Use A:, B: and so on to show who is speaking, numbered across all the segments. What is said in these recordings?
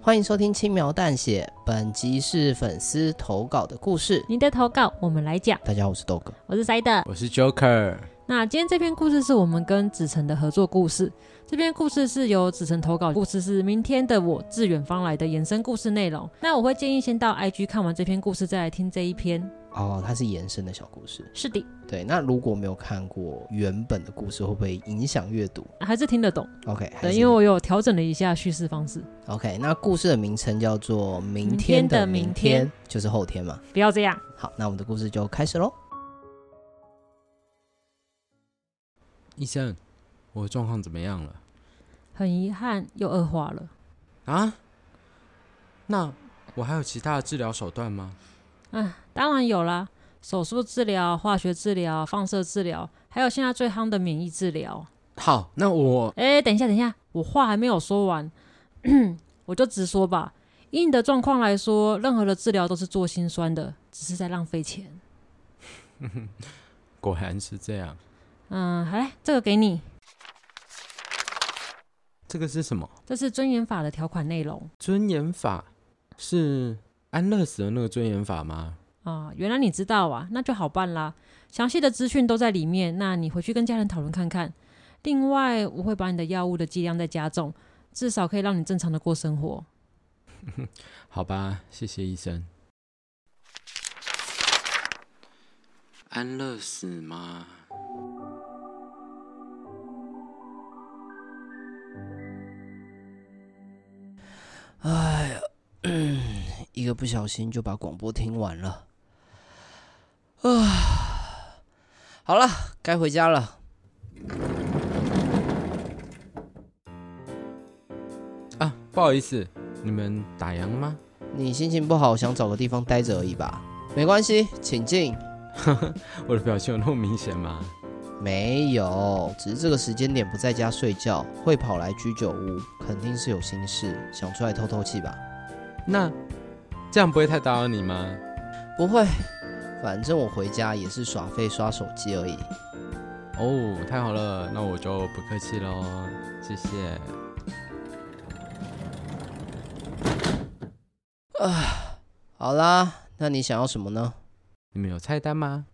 A: 欢迎收听《轻描淡写》，本集是粉丝投稿的故事。
B: 你的投稿我们来讲。
A: 大家好，我是豆哥。
B: 我是塞德。
C: 我是 Joker，
B: 那今天这篇故事是我们跟子晨的合作故事。这篇故事是由子晨投稿，故事是明天的我自远方来的延伸故事内容。那我会建议先到 IG 看完这篇故事，再来听这一篇。
A: 哦，它是延伸的小故事。
B: 是的，
A: 对，那如果没有看过原本的故事，会不会影响阅读
B: 还是听得懂。
A: ？OK，还
B: 对，
A: 是
B: 因为我有调整了一下叙事方式。
A: OK，那故事的名称叫做《明
B: 明
A: 天
B: 天的
A: 的明
B: 明
A: 天》，
B: 天
A: 就是后天嘛。
B: 不要这样。
A: 好，那我们的故事就开始喽。
C: 医生，我的状况怎么样了？
B: 很遗憾，又恶化了。
C: 啊？那我还有其他的治疗手段吗？
B: 啊，当然有啦，手术治疗、化学治疗、放射治疗，还有现在最夯的免疫治疗。
C: 好，那我
B: 哎、等一下，等一下，我话还没有说完， 我就直说吧。以你的状况来说，任何的治疗都是做心酸的，只是在浪费钱。
C: 果然是这样。
B: 嗯，好嘞，这个给你，
C: 这个是什么？
B: 这是尊严法的条款内容
C: 尊严法是安乐死的那个尊严法吗？
B: 啊。原来你知道啊，那就好办啦。详细的资讯都在里面，那你回去跟家人讨论看看。另外，我会把你的药物的剂量再加重，至少可以让你正常的过生活。
C: 好吧，谢谢医生。安乐死吗？
A: 哎呀，嗯一个不小心就把广播听完了。啊，好了，该回家了。
C: 啊，不好意思，你们打烊吗？
A: 你心情不好，想找个地方待着而已吧？没关系，请进。
C: 我的表情有那么明显吗？
A: 没有，只是这个时间点不在家睡觉，会跑来居酒屋，肯定是有心事，想出来透透气吧？
C: 那这样不会太打扰你吗？
A: 不会，反正我回家也是耍废刷手机而已。
C: 哦，太好了，那我就不客气喽，谢谢。
A: 好啦，那你想要什么呢？
C: 你们有菜单吗？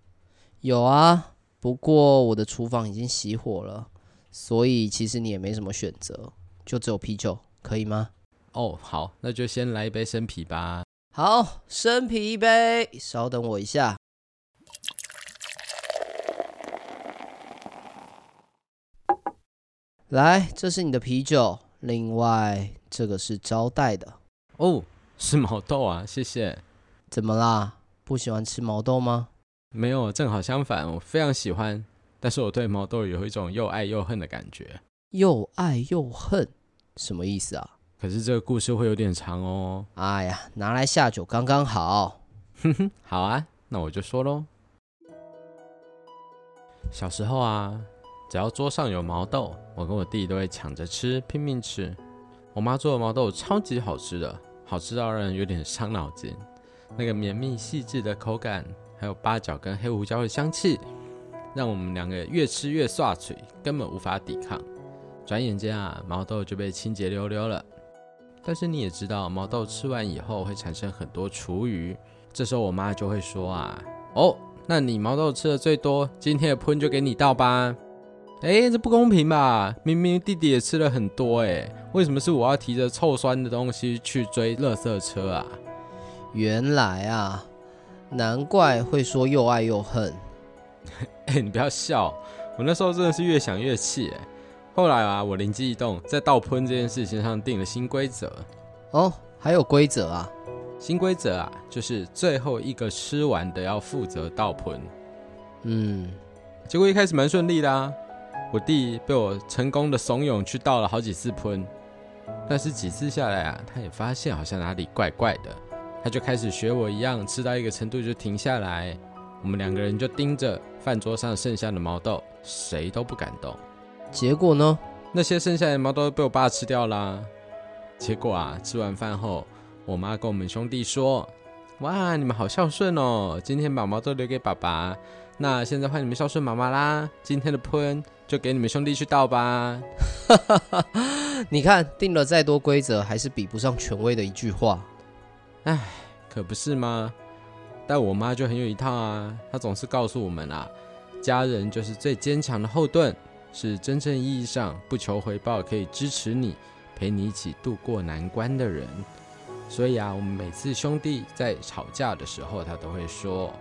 A: 有啊，不过我的厨房已经熄火了，所以其实你也没什么选择，就只有啤酒，可以吗？
C: 哦，好，那就先来一杯生啤吧。
A: 好，生啤一杯，稍等我一下。来，这是你的啤酒，另外这个是招待的。
C: 哦，是毛豆啊，谢谢。
A: 怎么啦？不喜欢吃毛豆吗？
C: 没有，正好相反，我非常喜欢，但是我对毛豆有一种又爱又恨的感觉。
A: 又爱又恨，什么意思啊？
C: 可是这个故事会有点长哦。
A: 哎呀，拿来下酒刚刚好。
C: 好啊，那我就说喽。小时候啊，只要桌上有毛豆，我跟我弟都会抢着吃，拼命吃。我妈做的毛豆超级好吃的，好吃到让人有点伤脑筋。那个绵密细致的口感，还有八角跟黑胡椒的香气，让我们两个越吃越刷嘴，根本无法抵抗。转眼间啊，毛豆就被清洁溜溜了。但是你也知道，毛豆吃完以后会产生很多厨余，这时候我妈就会说啊，哦，那你毛豆吃的最多，今天的喷就给你倒吧。哎，这不公平吧？明明弟弟也吃了很多哎，为什么是我要提着臭酸的东西去追垃圾车啊？
A: 原来啊，难怪会说又爱又恨。
C: 哎，你不要笑，我那时候真的是越想越气哎。后来啊，我灵机一动，在倒喷这件事情上定了新规则。
A: 哦，还有规则啊！
C: 新规则啊，就是最后一个吃完的要负责倒盆。
A: 嗯，
C: 结果一开始蛮顺利的啊，我弟被我成功的怂恿去倒了好几次喷，但是几次下来啊，他也发现好像哪里怪怪的，他就开始学我一样，吃到一个程度就停下来。我们两个人就盯着饭桌上剩下的毛豆，谁都不敢动。
A: 结果呢？
C: 那些剩下的毛豆被我爸吃掉啦。结果啊，吃完饭后，我妈跟我们兄弟说：“哇，你们好孝顺哦，今天把毛豆留给爸爸，那现在换你们孝顺妈妈啦。今天的喷就给你们兄弟去倒吧。
A: 你看，定了再多规则，还是比不上权威的一句话。”
C: 可不是吗？但我妈就很有一套啊，她总是告诉我们啊，家人就是最坚强的后盾，是真正意义上不求回报可以支持你、陪你一起度过难关的人。所以啊，我们每次兄弟在吵架的时候，她都会说：“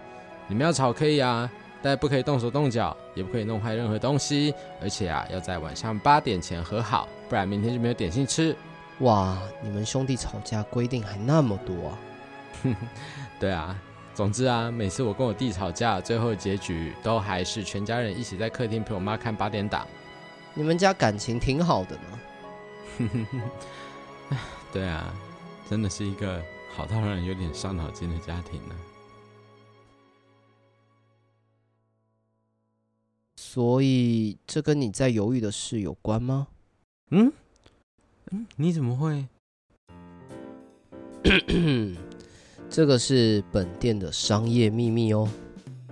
C: 你们要吵可以啊，但不可以动手动脚，也不可以弄坏任何东西，而且啊，要在晚上八点前和好，不然明天就没有点心吃。”
A: 哇，你们兄弟吵架规定还那么多啊！
C: 对啊，总之啊，每次我跟我弟吵架，最后结局都还是全家人一起在客厅陪我妈看八点档。
A: 你们家感情挺好的呢。
C: 对啊，真的是一个好到让人有点伤脑筋的家庭啊呢、
A: 所以这跟你在犹豫的事有关吗？
C: 嗯嗯，你怎么会？
A: 这个是本店的商业秘密哦。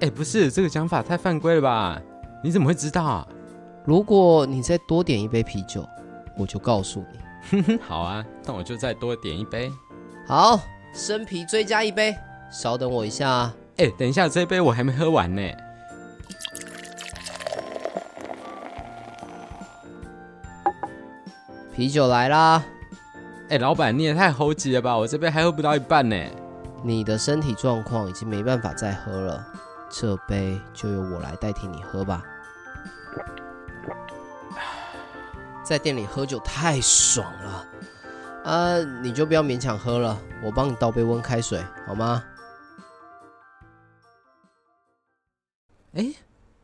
C: 哎，不是这个讲法太犯规了吧？你怎么会知道啊？
A: 如果你再多点一杯啤酒，我就告诉你。
C: 好啊，那我就再多点一杯。
A: 好，生啤追加一杯，稍等我一下啊。
C: 哎，等一下，这杯我还没喝完呢。
A: 啤酒来啦！
C: 哎，老板你也太猴急了吧！我这杯还喝不到一半呢。
A: 你的身体状况已经没办法再喝了，这杯就由我来代替你喝吧。在店里喝酒太爽了，呃，你就不要勉强喝了，我帮你倒杯温开水好吗？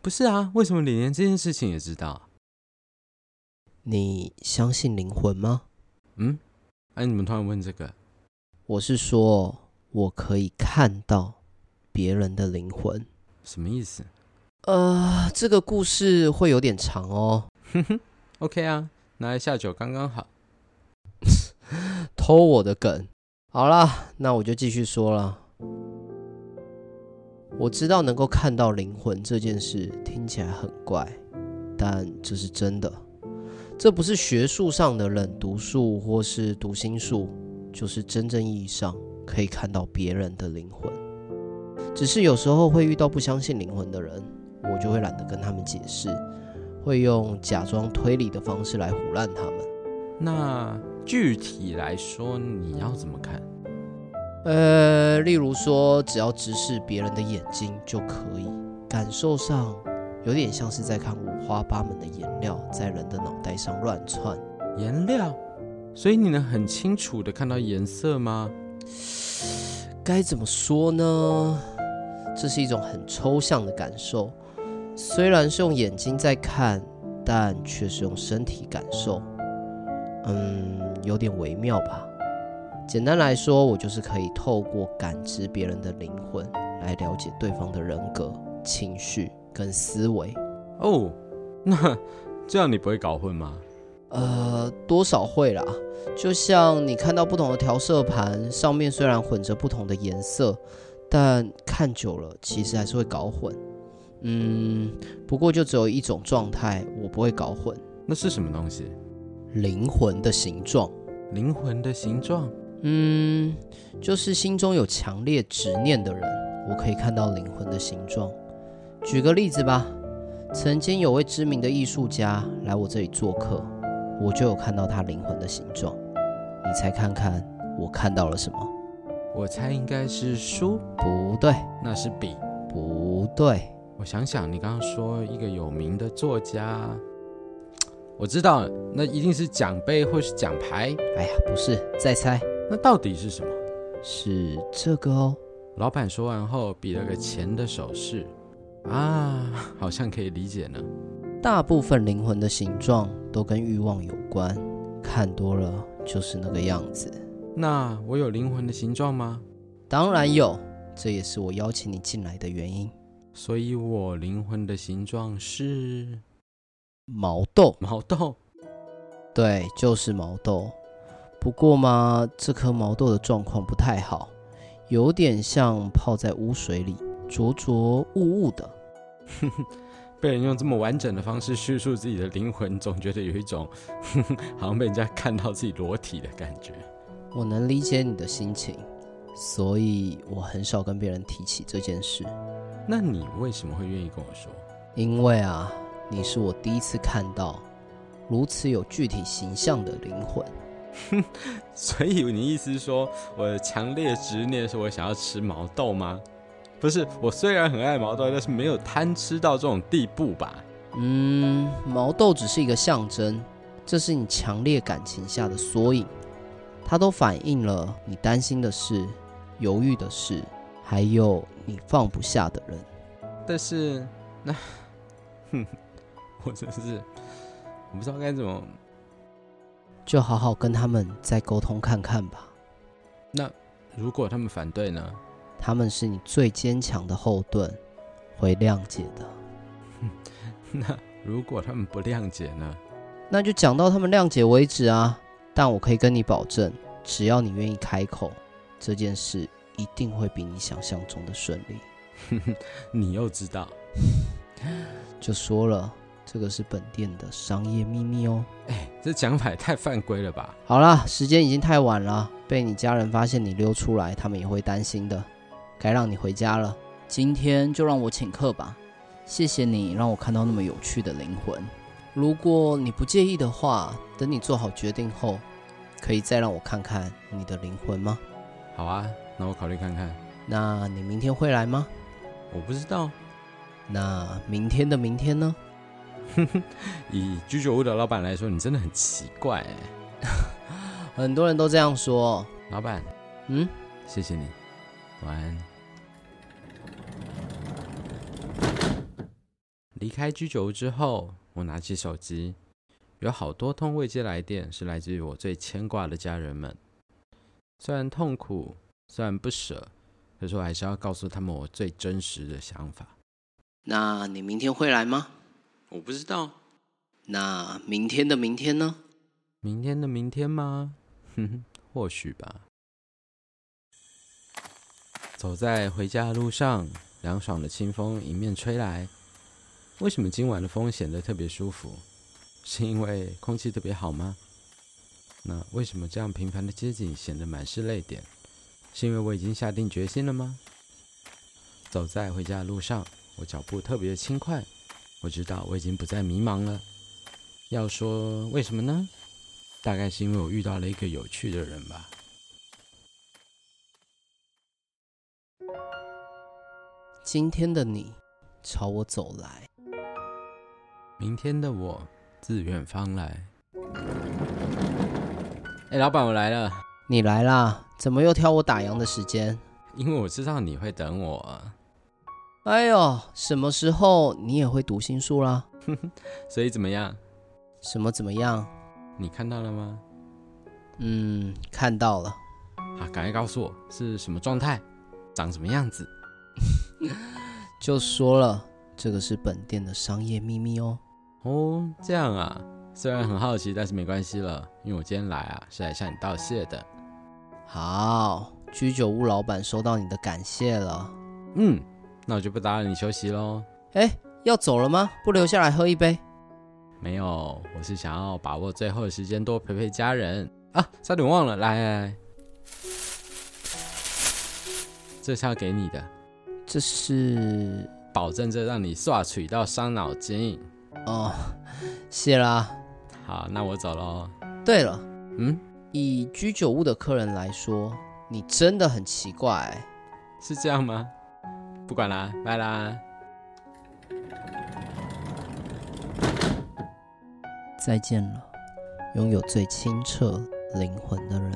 C: 不是啊，为什么李连这件事情也知道？
A: 你相信灵魂吗？
C: 嗯，哎，你们突然问这个，
A: 我是说，我可以看到别人的灵魂。
C: 什么意思
A: 呃，这个故事会有点长哦。
C: ？OK 啊，拿一下酒刚刚好。
A: 偷我的梗。好啦，那我就继续说了。我知道能够看到灵魂这件事听起来很怪，但这是真的。这不是学术上的冷读术或是读心术，就是真正意义上可以看到别人的灵魂。只是有时候会遇到不相信灵魂的人，我就会懒得跟他们解释，会用假装推理的方式来唬烂他们。
C: 那具体来说，你要怎么看？
A: 呃，例如说，只要直视别人的眼睛就可以，感受上有点像是在看五花八门的颜料在人的脑袋上乱窜。
C: 颜料，所以你能很清楚的看到颜色吗？
A: 该怎么说呢？这是一种很抽象的感受，虽然是用眼睛在看，但却是用身体感受。嗯，有点微妙吧。简单来说，我就是可以透过感知别人的灵魂，来了解对方的人格、情绪跟思维。
C: 哦，那 这样你不会搞混吗？
A: 呃，多少会啦。就像你看到不同的调色盘，上面虽然混着不同的颜色，但看久了其实还是会搞混。嗯，不过就只有一种状态我不会搞混，
C: 那是什么东西？
A: 灵魂的形状。
C: 灵魂的形状？
A: 嗯，就是心中有强烈执念的人，我可以看到灵魂的形状。举个例子吧，曾经有位知名的艺术家来我这里做客，我就有看到他灵魂的形状。你猜看看我看到了什么？
C: 我猜应该是书，
A: 不对，
C: 那是笔。
A: 不对，
C: 我想想，你刚刚说一个有名的作家，我知道了，那一定是奖杯或是奖牌。
A: 哎呀，不是，再猜，
C: 那到底是什么？
A: 是这个哦。
C: 老板说完后，比了个钱的手势。啊，好像可以理解呢。
A: 大部分灵魂的形状都跟欲望有关，看多了就是那个样子。
C: 那我有灵魂的形状吗？
A: 当然有，这也是我邀请你进来的原因。
C: 所以我灵魂的形状是
A: 毛豆，
C: 毛豆。
A: 对，就是毛豆。不过嘛，这颗毛豆的状况不太好，有点像泡在污水里，浊浊雾雾的。
C: 被人用这么完整的方式叙述自己的灵魂，总觉得有一种 好像被人家看到自己裸体的感觉。
A: 我能理解你的心情，所以我很少跟别人提起这件事，
C: 那你为什么会愿意跟我说？
A: 因为啊，你是我第一次看到如此有具体形象的灵魂。
C: 所以你意思是说，我的强烈执念是我想要吃毛豆吗？不是，我虽然很爱毛豆，但是没有贪吃到这种地步吧？
A: 嗯，毛豆只是一个象征，这是你强烈感情下的缩影，它都反映了你担心的事、犹豫的事，还有你放不下的人。
C: 但是那，哼，我真是我不知道该怎么。
A: 就好好跟他们再沟通看看吧，
C: 如果他们反对呢？
A: 他们是你最坚强的后盾，会谅解的。
C: 那如果他们不谅解呢？
A: 那就讲到他们谅解为止啊。但我可以跟你保证，只要你愿意开口，这件事一定会比你想象中的顺利。
C: 你又知道？
A: 就说了，这个是本店的商业秘密哦。
C: 哎，这讲法也太犯规了吧？
A: 好啦，时间已经太晚了，被你家人发现你溜出来，他们也会担心的。该让你回家了。
D: 今天就让我请客吧，谢谢你让我看到那么有趣的灵魂。
A: 如果你不介意的话，等你做好决定后，可以再让我看看你的灵魂吗？
C: 好啊，那我考虑看看。
A: 那你明天会来吗？
C: 我不知道，
A: 那明天的明天呢？
C: 以居酒屋的老板来说，你真的很奇怪哎。
A: 很多人都这样说。
C: 老板，
A: 嗯，
C: 谢谢你，晚安。离开居酒屋之后，我拿起手机，有好多通未接来电是来自于我最牵挂的家人们。虽然痛苦，虽然不舍，可是我还是要告诉他们我最真实的想法。
A: 那你明天会来吗？
C: 我不知道
A: 那明天的明天呢？
C: 明天的明天吗？ 哼哼，或许吧。走在回家的路上，凉爽的清风迎面吹来。为什么今晚的风显得特别舒服？是因为空气特别好吗？那为什么这样平凡的街景显得满是泪点？是因为我已经下定决心了吗？走在回家的路上，我脚步特别轻快。我知道我已经不再迷茫了。要说为什么呢？大概是因为我遇到了一个有趣的人吧。
A: 今天的你朝我走来，
C: 明天的我自远方来。哎，老板，我来了，
A: 你来啦，怎么又挑我打烊的时间？
C: 因为我知道你会等我啊，
A: 哎呦，什么时候你也会读心术啦？
C: 所以怎么样？
A: 什么怎么样？
C: 你看到了吗？
A: 嗯，看到了，
C: 啊，赶快告诉我是什么状态，长什么样子。
A: 就说了，这个是本店的商业秘密哦。
C: 哦，这样啊，虽然很好奇，但是没关系了，因为我今天来啊是来向你道谢的。
A: 好，居酒屋老板收到你的感谢了。
C: 嗯，那我就不打扰你休息喽。
A: 哎，要走了吗？不留下来喝一杯？
C: 没有，我是想要把握最后的时间，多陪陪家人啊。差点忘了，来来来，这是要给你的，
A: 这是……
C: 保证这让你刷取到伤脑筋。
A: 哦，谢啦。
C: 好，那我走喽。
A: 对了，
C: 嗯，
A: 以居酒屋的客人来说，你真的很奇怪。
C: 是这样吗？不管啦，拜啦。
A: 再见了，拥有最清澈灵魂的人。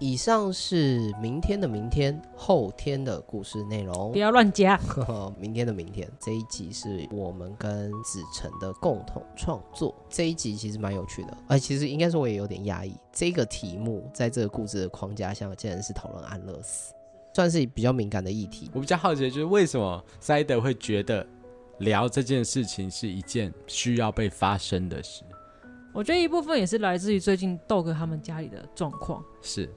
A: 以上是明天的明天，后天的故事内容
B: 不。要乱加。
A: 明天的明天，这一集是我们跟子晨的共同创作。这一集其实蛮有趣的，哎、其实应该说我也有点压抑。这个题目在这个故事的框架下，竟然是讨论安乐死，算是比较敏感的议题。
C: 我比较好奇的就是为什么塞德会觉得聊这件事情是一件需要被发生的事？
B: 我觉得一部分也是来自于最近豆哥他们家里的状况。
C: 是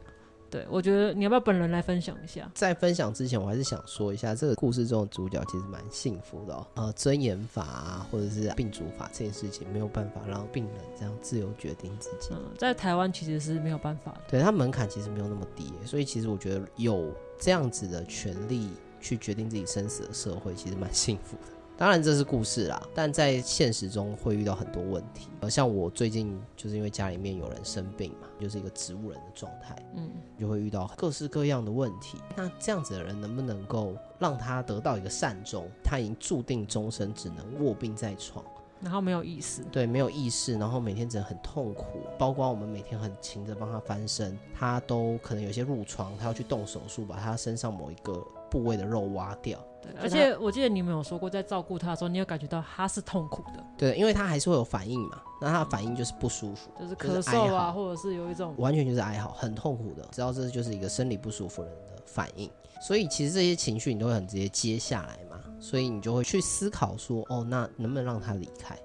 B: 对，我觉得你要不要本人来分享一下？
A: 在分享之前，我还是想说一下，这个故事中的主角其实蛮幸福的哦。呃，尊严法啊，或者是病主法这件事情，没有办法让病人这样自由决定自己。
B: 嗯，在台湾其实是没有办法的。
A: 对，它门槛其实没有那么低耶，所以其实我觉得有这样子的权利去决定自己生死的社会，其实蛮幸福的。当然这是故事啦，但在现实中会遇到很多问题。呃，像我最近就是因为家里面有人生病嘛，就是一个植物人的状态，
B: 嗯，
A: 就会遇到各式各样的问题。那这样子的人能不能够让他得到一个善终？他已经注定终身只能卧病在床。
B: 然后没有意思。
A: 对，没有意识，然后每天只能很痛苦，包括我们每天很勤着帮他翻身，他都可能有些褥疮，他要去动手术把他身上某一个部位的肉挖掉。
B: 对，而且我记得你们有说过，在照顾他的时候，你有感觉到他是痛苦的，
A: 对，因为他还是会有反应嘛，那他的反应就是不舒服，
B: 就是
A: 就是
B: 咳
A: 哀
B: 嗽啊，
A: 嚎
B: 或者是有一种
A: 完全就是哀嚎，很痛苦的，知道这就是一个生理不舒服人的反应。所以其实这些情绪你都会很直接接下来嘛，所以你就会去思考说，哦，那能不能让他离开？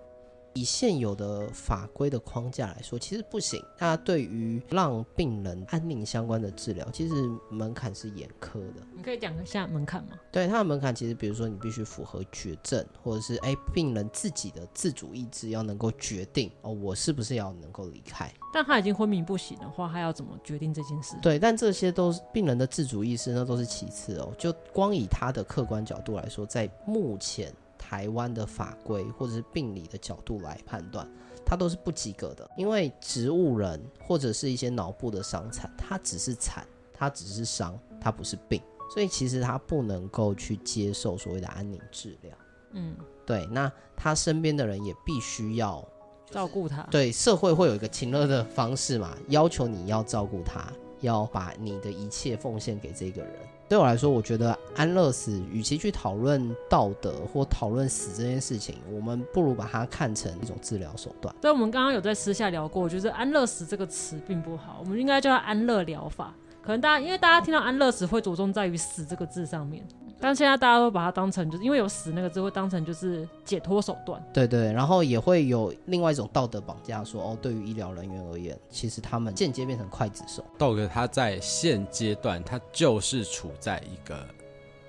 A: 以现有的法规的框架来说，其实不行。那对于让病人安宁相关的治疗，其实门槛是严苛的。
B: 你可以讲一下门槛吗？
A: 对它的门槛，其实比如说你必须符合绝症，或者是哎病人自己的自主意志要能够决定哦，我是不是要能够离开。
B: 但他已经昏迷不醒的话，他要怎么决定这件事？
A: 对，但这些都是病人的自主意识，那都是其次哦。就光以他的客观角度来说，在目前台湾的法规或者是病理的角度来判断，它都是不及格的。因为植物人或者是一些脑部的伤残，它只是残，它只是伤，它不是病，所以其实它不能够去接受所谓的安宁治疗。
B: 嗯，
A: 对，那他身边的人也必须要
B: 照顾他。
A: 对社会会有一个亲热的方式嘛，要求你要照顾他，要把你的一切奉献给这个人。对我来说，我觉得安乐死，与其去讨论道德或讨论死这件事情，我们不如把它看成一种治疗手段。
B: 但我们刚刚有在私下聊过，就是“安乐死”这个词并不好，我们应该叫它“安乐疗法”。可能大家因为大家听到“安乐死”会着重在于“死”这个字上面，
A: 嗯
B: 但现在大家都把它当成就是因为有“死”那个字，会当成就是解脱手段。
A: 对对，然后也会有另外一种道德绑架说，哦，对于医疗人员而言，其实他们间接变成刽子手。
C: 豆哥他在现阶段，他就是处在一个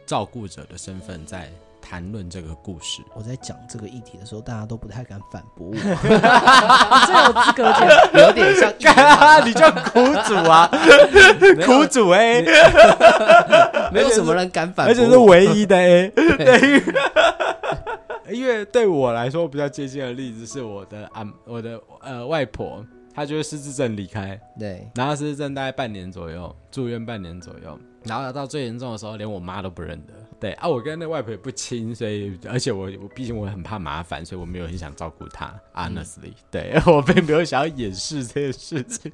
C: 照顾者的身份在谈论这个故 事。
A: 我在讲这个议题的时候，大家都不太敢反驳我，
B: 你最有资格讲，
A: 有点像一 言
C: 你就苦主 啊，苦主 A，
A: 没有什么人敢反驳我，
C: 而且是唯一的 A。对， 因为对我来说比较接近的例子是我的俺我的呃外婆，她就是失智症离开，
A: 对。
C: 然后失智症大概半年左右，住院半年左右，然后到最严重的时候，连我妈都不认得。对啊，我跟那外婆也不亲，所以而且我我毕竟我很怕麻烦，所以我没有很想照顾她。Honestly，、对
A: 嗯
C: 我并没有想要掩饰这件事情，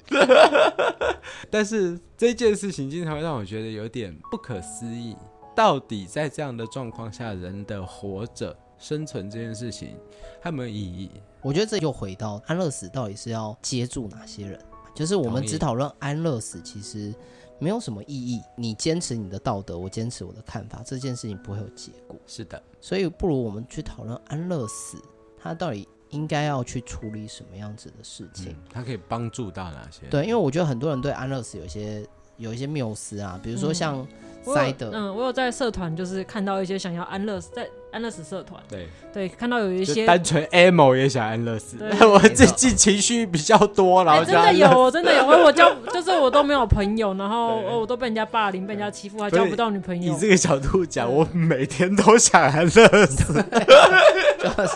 C: 但是这件事情经常会让我觉得有点不可思议。到底在这样的状况下，人的活着生存这件事情，它有没有意义？
A: 我觉得这又回到安乐死到底是要接住哪些人，就是我们
C: 同意
A: 只讨论安乐死，其实没有什么意义。你坚持你的道德，我坚持我的看法，这件事情不会有结果。
C: 是的，
A: 所以不如我们去讨论安乐死，它到底应该要去处理什么样子的事情
C: 嗯。，它可以帮助到哪些？
A: 对，因为我觉得很多人对安乐死有一些有一些缪斯啊，比如说像
B: 我
A: 塞
B: 有
A: 德，
B: 嗯，我有在社团就是看到一些想要安乐死，在安乐死社团，
C: 对。
B: 对，看到有一
C: 就
B: 些
C: 单纯 emo 也想安乐死
B: 对，
C: 我最近情绪比较多，然
B: 哎，
C: 后就
B: 真的
C: 安乐死
B: 有，真 的有，我我交就是我都没有朋友，然后哦
C: 对
B: 我我都被人家霸凌，被人家欺负，还
C: 不是
B: 交不到女朋友
C: 以。这个角度讲，我每天都想安乐死，
B: 嗯
A: 就是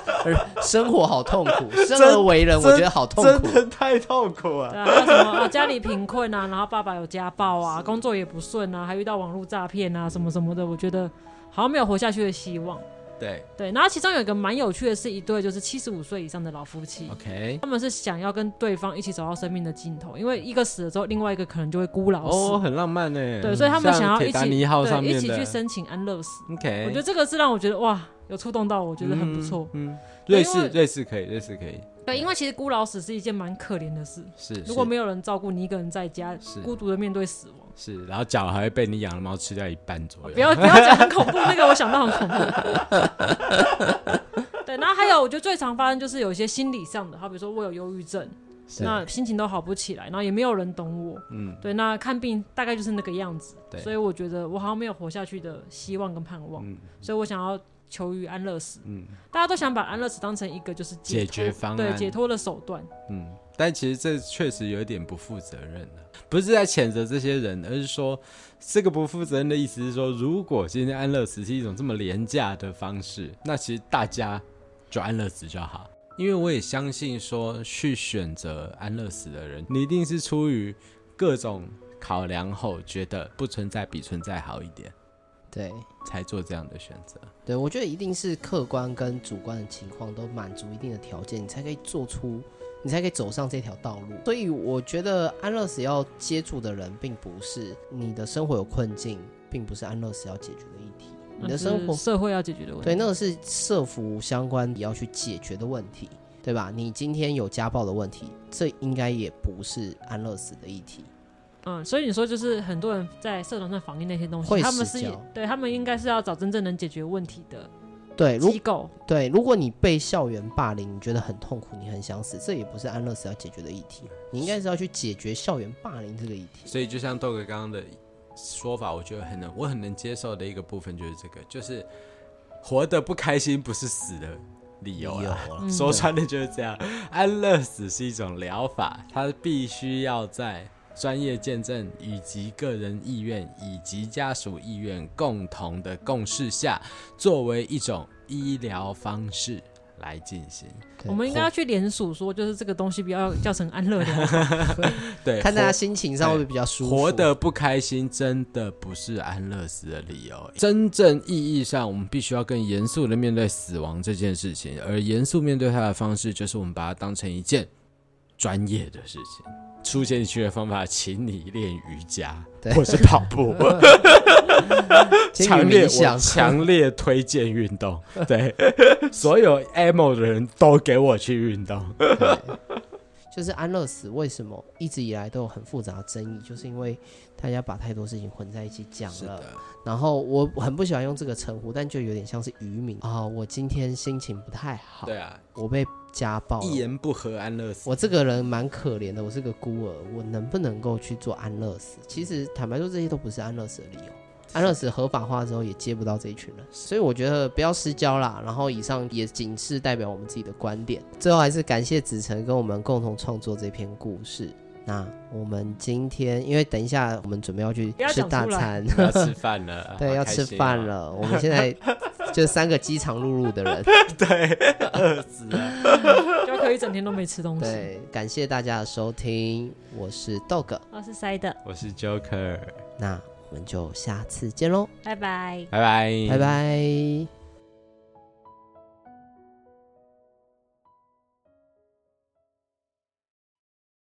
A: 生活好痛 苦，生
C: 真
A: 而为人，我觉得好痛
C: 真
A: 苦。
C: 的太痛苦了。
B: 对啊，还有什么啊？家里贫困啊， 然后爸爸有家暴啊，工作也不顺啊，还遇到网络诈骗啊，什么什么的，我觉得好像没有活下去的希望。
C: 对
B: 对，然后其中有一个蛮有趣的是一对就是七十五岁以上的老夫妻。
C: ，OK，
B: 他们是想要跟对方一起走到生命的尽头，因为一个死了之后，另外一个可能就会孤老死。
C: 哦，很浪漫呢。
B: 对，所以他们
C: 像
B: 想要
C: 铁
B: 一
C: 达
B: 起
C: 尼号上
B: 对
C: 面
B: 一起
C: 的
B: 去申请安乐死。
C: OK，
B: 我觉得这个是让我觉得哇，有触动到我，我觉得很不错。
C: 嗯。嗯
B: 对
C: 瑞
B: 因为
C: 士，瑞士可以，瑞士可以，
B: 对，因为其实孤老死是一件蛮可怜的事，
C: 是。
B: 如果
C: 是
B: 没有人照顾，你一个人在家
C: 是
B: 孤独的面对死亡。
C: 是，然后脚还会被你养的猫吃掉一半左右。
B: 不要不要讲很恐怖，那个我想到很恐怖。 对，然后还有我觉得最常发生就是有一些心理上的，好比说我有忧郁症，
C: 是
B: 那心情都好不起来，然后也没有人懂我。
C: 嗯，
B: 对，那看病大概就是那个样子，
C: 对
B: 所以我觉得我好像没有活下去的希望跟盼望，
C: 嗯
B: 所以我想要求于安乐死。
C: 嗯
B: 大家都想把安乐死当成一个就是
C: 解
B: 脱
C: 决方案
B: 对解脱的手段。
C: 嗯，但其实这确实有一点不负责任了、不是在谴责这些人，而是说这个不负责任的意思是说，如果今天安乐死是一种这么廉价的方式，那其实大家就安乐死就好。因为我也相信说，去选择安乐死的人，你一定是出于各种考量后，觉得不存在比存在好一点，
A: 对
C: 才做这样的选择。
A: 对，我觉得一定是客观跟主观的情况都满足一定的条件，你才可以做出，你才可以走上这条道路。所以我觉得安乐死要接触的人，并不是你的生活有困境，并不是安乐死要解决的议题。你的
B: 那是
A: 生活
B: 社会要解决的问题，
A: 对，那个是社服相关也要去解决的问题，对吧？你今天有家暴的问题，这应该也不是安乐死的议题。
B: 嗯，所以你说就是很多人在社团上防疫那些东
A: 会
B: 西，他们
A: 死
B: 是
A: 角
B: 对他们应该是要找真正能解决问题的
A: 对，哎如
B: 机构，
A: 对，如果你被校园霸凌，你觉得很痛苦，你很想死，这也不是安乐死要解决的议题，啊你应该是要去解决校园霸凌这个议题。
C: 所以就像豆哥刚刚的说法，我觉得很能，我很能接受的一个部分就是这个，就是活得不开心不是死的理由
A: 有
C: 啦。
A: 了，
B: 嗯
C: 说穿了就是这样，安乐死是一种疗法，它必须要在专业见证以及个人意愿以及家属意愿共同的共识下，作为一种医疗方式来进行。
A: 对
B: 我们应该要去联署说，就是这个东西不要叫成安乐的，
C: 对，
A: 看大
C: 活
A: 家心情上会不会比较舒服。
C: 活得不开心真的不是安乐死的理由。真正意义上，我们必须要更严肃的面对死亡这件事情，而严肃面对它的方式，就是我们把它当成一件专业的事情。出现你去的方法，请你练瑜伽
A: 对
C: 或是跑 步，
A: 先
C: 强
A: 与
C: 烈
A: 冥
C: 我
A: 想，
C: 强烈推荐运 动。对，所有 emo 的人都给我去运动。
A: 对就是安乐死为什么一直以来都有很复杂的争议，就是因为大家把太多事情混在一起讲了。，然后我很不喜欢用这个称呼，但就有点像是渔民啊、我今天心情不太好，
C: 对啊，
A: 我被家暴了
C: 一言不合安乐死。
A: 我这个人蛮可怜的，我是个孤儿，我能不能够去做安乐死？其实坦白说，这些都不是安乐死的理由。安乐死合法化之后，也接不到这一群人，所以我觉得不要失焦啦。然后以上也仅是代表我们自己的观点。最后还是感谢子晨跟我们共同创作这篇故事。那我们今天，因为等一下我们准备要去
B: 不要
A: 吃
B: 讲
A: 大
B: 出来
A: 餐，
C: 要吃饭了，
A: 对，
C: 好
A: 要
C: 开
A: 吃
C: 心哦
A: 饭。了。我们现在就三个饥肠辘辘的人，
B: 就可以一整天都没吃东西。
A: 对，感谢大家的收听，我是 Dog。
B: 我是塞的，
C: 我是 Joker，
A: 那我们就下次见喽，
B: 拜拜。
C: 拜拜，
A: 拜拜。